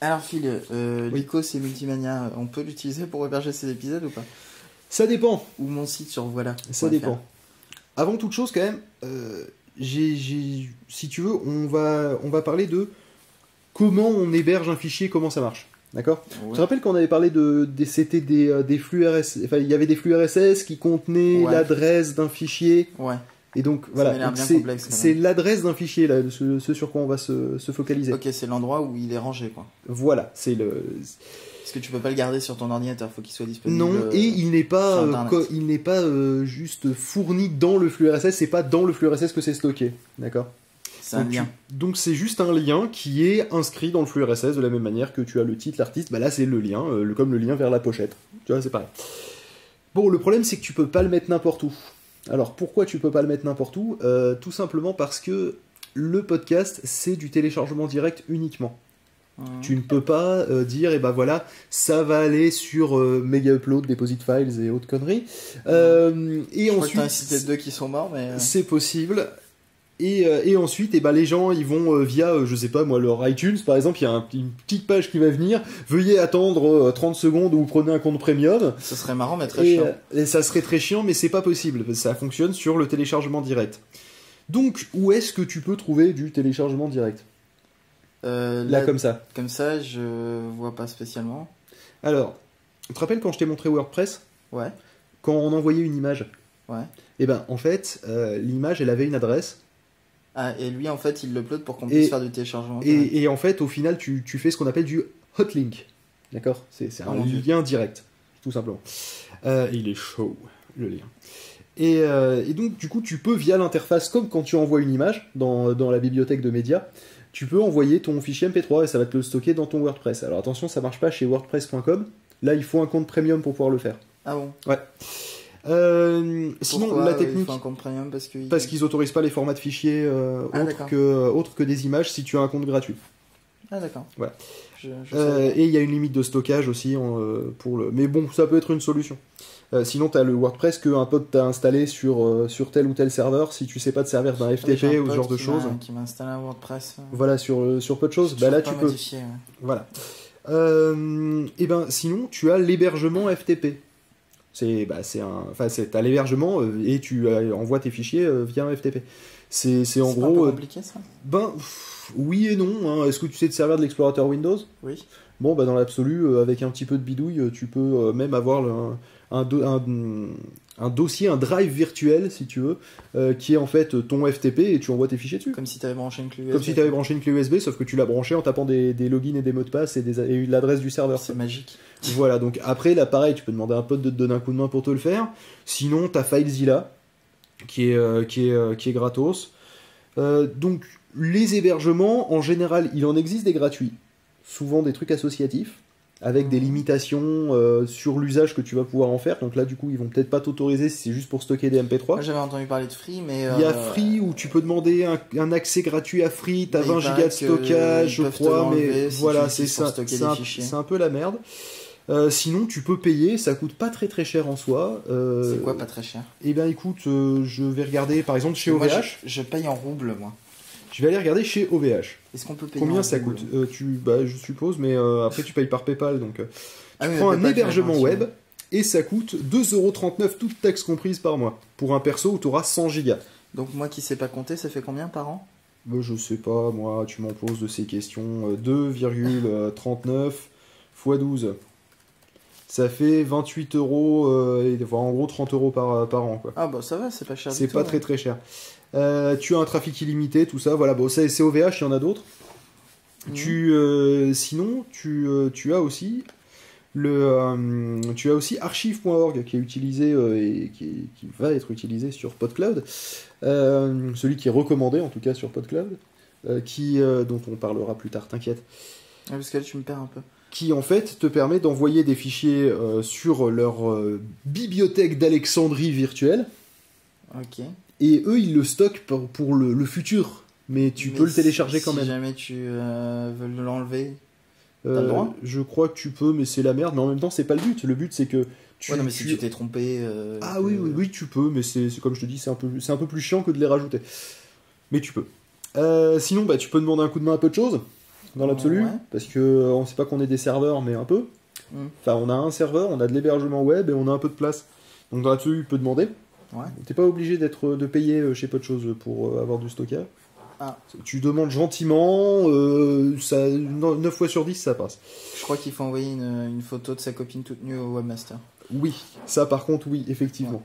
Alors Phil, euh, Oui. Lycos et Multimania, on peut l'utiliser pour héberger ces épisodes ou pas Ça dépend, Ou mon site sur voilà. ça dépend. Avant toute chose, quand même, euh, j'ai- j'ai- si tu veux, on va, on va parler de comment on héberge un fichier, comment ça marche. D'accord Tu te rappelles qu'on avait parlé de. des- C'était des, euh, des flux RSS. Enfin, il y avait des flux RSS qui contenaient Ouais. l'adresse d'un fichier. Ouais. Et donc, m'a voilà. l'air Donc, bien c'est- complexe, quand C'est l'adresse d'un fichier, là, ce, ce sur quoi on va se, se focaliser. Ok, c'est l'endroit où il est rangé quoi. Voilà, c'est le. Parce que tu peux pas le garder sur ton ordinateur, faut qu'il soit disponible. Non, euh, et il n'est pas, sur euh, Internet. co- il n'est pas euh, juste fourni dans le flux RSS, c'est pas dans le flux RSS que c'est stocké, d'accord c'est un Donc, tu- lien. Donc c'est juste un lien qui est inscrit dans le flux RSS de la même manière que tu as le titre, l'artiste, bah là c'est le lien, euh, le- comme le lien vers la pochette, tu vois, c'est pareil. Bon, le problème c'est que tu peux pas le mettre n'importe où. Alors pourquoi tu peux pas le mettre n'importe où Euh, Tout simplement parce que le podcast c'est du téléchargement direct uniquement. Hum. Tu ne peux pas euh, dire, et eh ben voilà, ça va aller sur euh, Mega Upload, Deposit Files et autres conneries. Euh, et Je crois que t'en as cité ensuite, deux qui sont morts, mais. euh, c'est possible. Et, euh, et ensuite, eh ben, les gens, ils vont euh, via, euh, je sais pas moi, leur iTunes, par exemple, il y a un- une petite page qui va venir. Veuillez attendre euh, 30 secondes ou prenez un compte premium. Ce euh, serait marrant, mais très Et, chiant. euh, et ça serait très chiant, mais c'est pas possible. parce que Ça fonctionne sur le téléchargement direct. Donc, où est-ce que tu peux trouver du téléchargement direct Euh, Là, là, comme ça. comme ça, je vois pas spécialement. Alors, tu te rappelles quand je t'ai montré WordPress Ouais. Quand on envoyait une image Ouais. Et ben, en fait, euh, l'image, elle avait une adresse. Ah, et lui, en fait, il l'upload pour qu'on Et- puisse faire du téléchargement. direct. Et, et en fait, au final, tu, tu fais ce qu'on appelle du hotlink. D'accord C'est c'est un Oh mon Dieu. lien direct, tout simplement. Euh, il est chaud, le lien. Et, euh, et donc, du coup, tu peux, via l'interface, comme quand tu envoies une image dans, dans la bibliothèque de médias, tu peux envoyer ton fichier MP3 et ça va te le stocker dans ton WordPress. Alors attention, ça marche pas chez WordPress.com. Là, il faut un compte premium pour pouvoir le faire. Ah bon Euh, sinon, Pourquoi, la euh, Il technique. faut un compte premium parce que. Parce qu'ils autorisent pas les formats de fichiers euh, Ah, autres, d'accord. que, autres que des images si tu as un compte gratuit. Ah, d'accord. Voilà. Je, je Euh, savais. et il y a une limite de stockage aussi en, euh, pour le. Mais bon, ça peut être une solution. Euh, sinon, t'as le WordPress que un pote t'a installé sur, euh, sur tel ou tel serveur si tu sais pas te servir d'un Ah J'ai un FTP ou pote ce genre de qui m'a- choses. Qui m'a installé un WordPress. euh, Voilà, sur, euh, sur peu de choses. Bah toujours là, pas tu peux. modifié, ouais. Voilà. Euh, et ben, sinon, tu as l'hébergement FTP. C'est bah, c'est un. Enfin, c'est- t'as l'hébergement euh, et tu euh, envoies tes fichiers euh, via un FTP. C'est c'est en C'est pas un peu gros. euh, compliqué ça ben, pff, oui et non. hein. Est-ce que tu sais te servir de l'explorateur Windows Oui. Bon, bah dans l'absolu, euh, avec un petit peu de bidouille, euh, tu peux euh, même avoir le- un, un do- un- un dossier, un drive virtuel, si tu veux, euh, qui est en fait euh, ton FTP et tu envoies tes fichiers dessus. Comme si t'avais branché une clé USB. Comme si tu avais branché une clé USB, sauf que tu l'as branché en tapant des, des logins et des mots de passe et, des- et l'adresse du serveur. C'est magique. Voilà, donc après, là, pareil, tu peux demander à un pote de te donner un coup de main pour te le faire. Sinon, t'as FileZilla, qui est, euh, qui est, euh, qui est gratos. Euh, donc, les hébergements, en général, il en existe des gratuits. Souvent des trucs associatifs, avec des limitations euh, sur l'usage que tu vas pouvoir en faire. Donc là, du coup, ils vont peut-être pas t'autoriser si c'est juste pour stocker des Moi MP3. j'avais entendu parler de Free, mais. Il y a euh, Free où tu peux demander un, un accès gratuit à Free, t'as Mais il 20 paraît gigas de que stockage, ils je peuvent te crois, mais l'enlever si voilà, tu c'est l'utilises pour ça. stocker C'est des un, fichiers. c'est un peu la merde. Euh, sinon, tu peux payer, ça coûte pas très très cher en soi. Euh, C'est quoi pas très cher Eh bien, écoute, euh, je vais regarder par exemple chez Moi, OVH. je, je paye en rouble moi. Je vais aller regarder chez OVH. Est-ce qu'on peut payer en Combien ça rouble coûte Euh, Tu, bah, je suppose, mais euh, après tu payes par PayPal, donc. euh, Ah oui, mais prends un PayPal, c'est hébergement gratuit. web et ça coûte 2,39€ toutes taxes comprises par mois pour un perso où tu auras 100 gigas. Donc moi qui sais pas compter, ça fait combien par an Bah, je sais pas, moi, tu m'en poses de ces questions. Euh, 2,39 x 12. Ça fait 28 euros, euh, et- enfin, en gros 30 euros par, euh, par an. quoi. Ah bah ça va, c'est pas cher. du C'est tout, pas hein. très très cher. Euh, tu as un trafic illimité, tout ça. Voilà, bon, c'est c'est OVH, il y en a d'autres. Mhm. Tu, euh, sinon, tu, euh, tu as aussi le, euh, tu as aussi archive.org qui est utilisé euh, et qui, est- qui va être utilisé sur PodCloud, Euh, celui qui est recommandé en tout cas sur PodCloud, euh, qui euh, dont on parlera plus tard. T'inquiète. Ouais, Ah, parce que là tu me perds un peu. Qui en fait te permet d'envoyer des fichiers euh, sur leur euh, bibliothèque d'Alexandrie virtuelle Ok. et eux ils le stockent pour, pour le, le futur. Mais tu Mais peux le si- télécharger quand si même. jamais tu euh, veux l'enlever. Euh, T'as le droit Je crois que tu peux, mais c'est la merde. Mais en même temps, c'est pas le but. Le but, c'est que Tu, Ouais, non, mais si tu- tu t'es trompé. euh, Ah que- oui, oui, oui, tu peux, mais c'est c'est comme je te dis, c'est un, peu, c'est un peu plus chiant que de les rajouter. Mais tu peux. Euh, sinon, bah, tu peux demander un coup de main à peu de choses, dans l'absolu, Ouais. parce que euh, on sait pas qu'on est des serveurs, mais un peu. Mm. Enfin, on a un serveur, on a de l'hébergement web et on a un peu de place. Donc dans l'absolu, tu peux demander. Ouais. T'es pas obligé d'être de payer euh, chez peu de choses pour euh, avoir du stockage. Ah. Tu demandes gentiment, euh, ça, 9 fois sur 10, ça passe. Je crois qu'il faut envoyer une, une photo de sa copine toute nue au webmaster. Oui, ça par contre, oui, effectivement.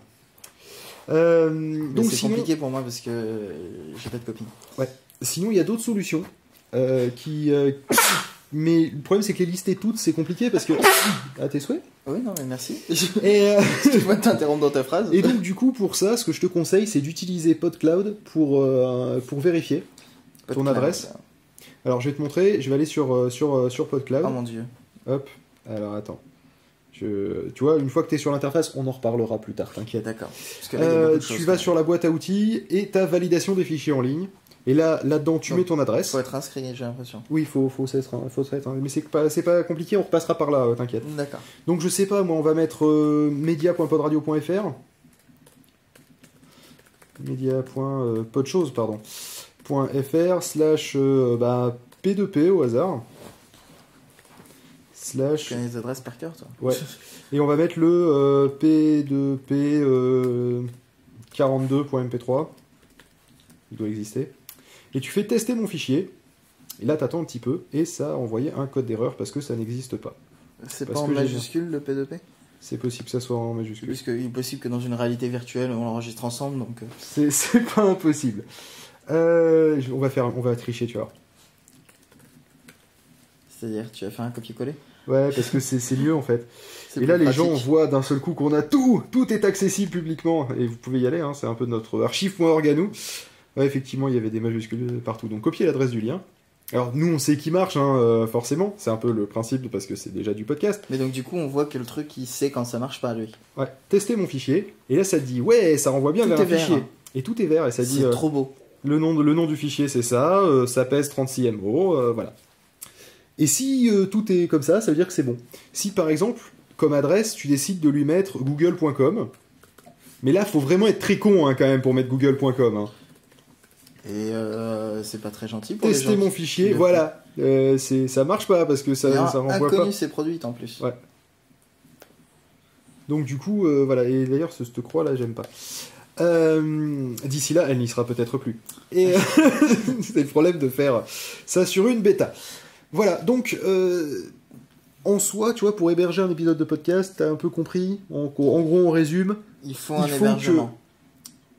Euh, Mais donc c'est sinon, compliqué pour moi parce que euh, j'ai pas de copine. Sinon, il y a d'autres solutions euh, qui. euh, mais le problème, c'est que les lister toutes, c'est compliqué parce que. À tes souhaits. Oui, non, mais merci. Et, euh, Je vais t'interrompre dans ta phrase. et donc, du coup, pour ça, ce que je te conseille, c'est d'utiliser PodCloud pour, euh, pour vérifier. Pas de ton clown, adresse. ça. Alors, je vais te montrer, je vais aller sur, euh, sur, euh, sur PodCloud. Oh mon dieu. Hop, alors attends. Je... Tu vois, une fois que tu es sur l'interface, on en reparlera plus tard, t'inquiète. D'accord. Parce que là, il y a beaucoup Euh, de tu choses, vas quoi. sur la boîte à outils et ta validation des fichiers en ligne. Et là, là-dedans, tu Donc, mets ton adresse. Faut être inscrit, j'ai l'impression. Oui, il faut, faut s'être, hein, faut s'être, hein. Mais c'est que pas, c'est pas compliqué, on repassera par là, euh, t'inquiète. D'accord. Donc je sais pas, moi on va mettre euh, media.podradio.fr. Media. point, euh, pas de choses, pardon. Point .fr slash euh, bah, P2P au hasard. Tu Slash. connais les adresses par cœur, toi Ouais. Et on va mettre le euh, P2P euh, 42.mp3. Il doit exister. Et tu fais tester mon fichier. Et là, t'attends un petit peu. Et ça a envoyé un code d'erreur parce que ça n'existe pas. C'est Parce pas en que j'ai- majuscule le P2P C'est possible que ça soit en majuscule. Puisque il est possible que dans une réalité virtuelle, on l'enregistre ensemble, donc. euh, C'est c'est pas impossible. Euh, je- on, va faire, on va tricher, tu vois. C'est-à-dire, tu as fait un copier-coller Ouais, parce que c'est c'est mieux en fait. C'est Et là, plus les gens pratique. voient d'un seul coup qu'on a tout Tout est accessible publiquement. Et vous pouvez y aller, hein, c'est un peu notre archive.org à nous. Ouais, effectivement, il y avait des majuscules partout. Donc, copiez l'adresse du lien. Alors, nous, on sait qui marche, hein, euh, forcément. C'est un peu le principe parce que c'est déjà du podcast. Mais donc, du coup, on voit que le truc, il sait quand ça marche pas, lui. Ouais, testez mon fichier. Et là, ça te dit, ouais, ça renvoie bien Tout vers est un vert. fichier. Et tout est vert. Et ça dit, C'est euh, trop beau. Le nom, de- le nom du fichier, c'est ça, euh, ça pèse 36 MO, euh, voilà. Et si euh, tout est comme ça, ça veut dire que c'est bon. Si par exemple, comme adresse, tu décides de lui mettre google.com, mais là, faut vraiment être très con hein, quand même pour mettre google.com. hein. Et euh, c'est pas très gentil pour les Tester gens. mon qui- fichier, qui le voilà. Euh, c'est- ça marche pas parce que ça, font. Et ça alors, renvoie pas. inconnu ses produits en plus. Ouais. Donc du coup, euh, voilà. Et d'ailleurs, ce, cette croix là, j'aime pas. Euh, D'ici là, elle n'y sera peut-être plus. Et euh, c'est le problème de faire ça sur une bêta. Voilà. Donc euh, en soi, tu vois, pour héberger un épisode de podcast, t'as un peu compris. En, en gros, on résume. Ils font Il un faut hébergement.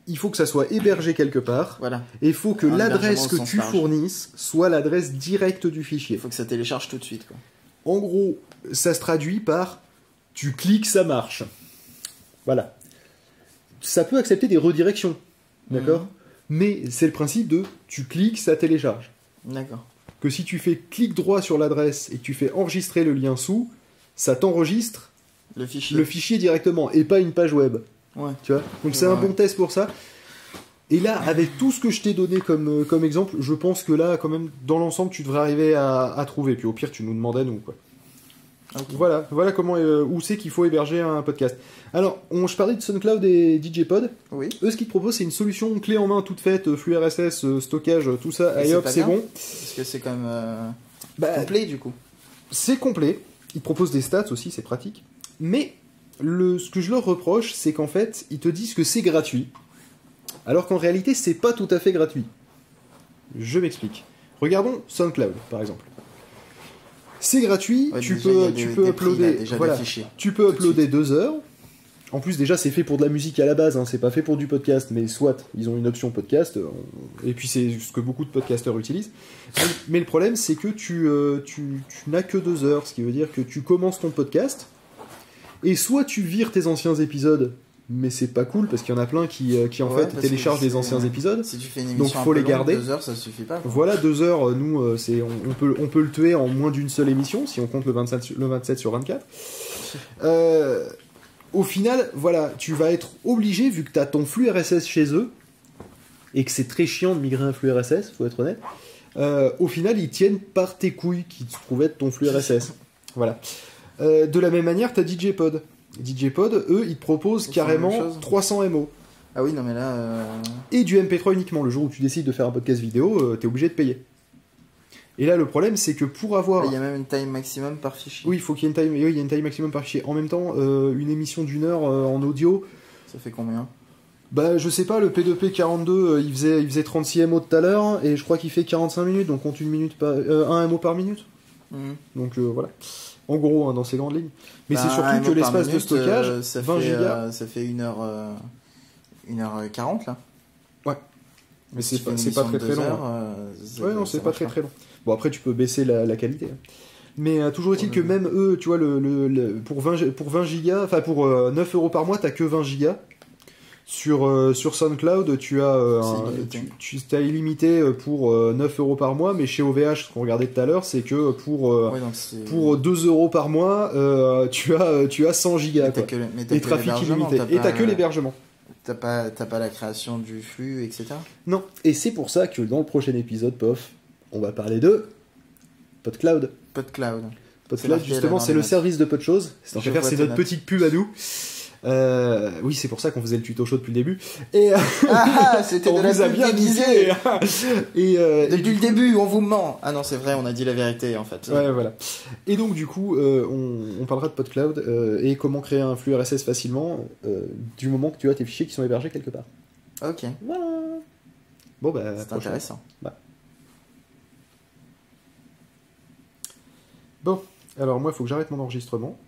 Il faut que ça soit hébergé quelque part. Voilà. Et il faut que Un hébergement l'adresse au que sens tu large. fournisses soit l'adresse directe du fichier. Il faut que ça télécharge tout de suite, quoi. En gros, ça se traduit par tu cliques, ça marche. Voilà. Ça peut accepter des redirections, d'accord Mais c'est le principe de tu cliques, ça télécharge. D'accord. Que si tu fais clic droit sur l'adresse et que tu fais enregistrer le lien sous, ça t'enregistre Le fichier. le fichier directement et pas une page web. Ouais. Tu vois Donc c'est un Ouais. bon test pour ça. Et là, avec tout ce que je t'ai donné comme, euh, comme exemple, je pense que là, quand même, dans l'ensemble, tu devrais arriver à, à trouver. Puis au pire, tu nous demandes à nous, quoi. Ok. Voilà, voilà comment euh, où c'est qu'il faut héberger un podcast. Alors, on, je parlais de SoundCloud et DJ Pod. Oui. Eux, ce qu'ils te proposent, c'est une solution clé en main, toute faite, euh, flux RSS, euh, stockage, euh, tout ça. Et Et c'est hop, pas c'est bien bon. Parce que c'est quand même euh, Bah, complet, du coup. c'est complet. Ils te proposent des stats aussi, c'est pratique. Mais le, ce que je leur reproche, c'est qu'en fait, ils te disent que c'est gratuit, alors qu'en réalité, c'est pas tout à fait gratuit. Je m'explique. Regardons SoundCloud, par exemple. C'est gratuit, Ouais, tu déjà, il y a peux, des- tu des peux prix, là, uploader. déjà voilà. des fichiers. Tu peux Tout de uploader deux heures. En plus, déjà, c'est fait pour de la musique à la base, hein, c'est pas fait pour du podcast, mais soit ils ont une option podcast, euh, on- et puis c'est ce que beaucoup de podcasteurs utilisent. Mais, mais le problème, c'est que tu, euh, tu, tu n'as que deux heures, ce qui veut dire que tu commences ton podcast, et soit tu vires tes anciens épisodes, mais c'est pas cool parce qu'il y en a plein qui, euh, qui en Ouais, fait parce téléchargent que les c'est- anciens épisodes. Si tu fais une émission Donc, un faut peu les longue, garder. deux heures, ça suffit pas. quoi. Voilà, deux heures, euh, nous, euh, c'est, on, on peut, on peut le tuer en moins d'une seule émission, si on compte le 27, sur- le 27 sur 24. Euh, au final, voilà, tu vas être obligé, vu que tu as ton flux RSS chez eux, et que c'est très chiant de migrer un flux RSS, faut être honnête, euh, au final, ils tiennent par tes couilles qui se trouvaient de ton flux RSS. Voilà. Euh, de la même manière, tu as DJ Pod. DJ Pod, eux, ils te proposent Ils font carrément la même chose. 300 MO. Ah oui, non, mais là. euh, Et du MP3 uniquement. Le jour où tu décides de faire un podcast vidéo, euh, t'es obligé de payer. Et là, le problème, c'est que pour là, avoir. Il Ah, y a même une taille maximum par fichier. Oui, il faut qu'il y ait une taille, oui, il y a une taille maximum par fichier. En même temps, euh, une émission d'une heure euh, en audio, Ça fait combien bah je sais pas, le P2P 42, euh, il, faisait, il faisait 36 MO tout à l'heure, et je crois qu'il fait 45 minutes, donc compte une minute par, euh, un MO par minute. Hmm. Donc euh, voilà. En gros, hein, dans ces grandes lignes. Mais Bah, c'est un surtout mot que par l'espace de minute, stockage, euh, ça 20 fait, gigas. euh, ça fait 1h, 1h40 là. Ouais. Mais c'est Si tu pas- fais une c'est pas émission de très, très deux long, hein. heures, euh, ça- Ouais, non, ça c'est pas marche très très long. Bon, après, tu peux baisser la, la qualité. hein. Mais euh, toujours est-il Ouais, que ouais. même eux, tu vois, le, le- le- pour, 20, gi- pour 20 gigas, enfin pour euh, 9 euros par mois, t'as que 20 gigas. Sur, euh, sur SoundCloud, tu as euh, C'est un- illimité. tu, tu- t'as illimité euh, pour euh, 9 euros par mois, mais chez OVH, ce qu'on regardait tout à l'heure, c'est que pour, euh, Ouais, donc c'est- pour 2 euros par mois, euh, tu, as, euh, tu as 100 gigas. mais t'as quoi. que le- mais t'as Et que trafic l'hébergement, illimité. Et t'as que pas- l'hébergement. T'as pas, t'as pas la création du flux, etc. Non, et c'est pour ça que dans le prochain épisode, POF, on va parler de PodCloud. PodCloud. C'est PodCloud, marqué, là, justement, dans c'est les le notes. service de Podchose. C'est Je faire, vois c'est tes notre notes. petite pub à nous. Euh, oui, c'est pour ça qu'on faisait le tuto chaud depuis le début. Et euh, Ah, c'était on de la vous a pub bien déguisée visé. et, euh, Depuis le début, on vous ment Ah non, c'est vrai, on a dit la vérité en fait. Ouais, voilà. Et donc, du coup, euh, on, on parlera de PodCloud euh, et comment créer un flux RSS facilement euh, du moment que tu as tes fichiers qui sont hébergés quelque part. Ok, Voilà. Bon, bah, c'est prochain. intéressant. Alors, moi, il faut que j'arrête mon enregistrement.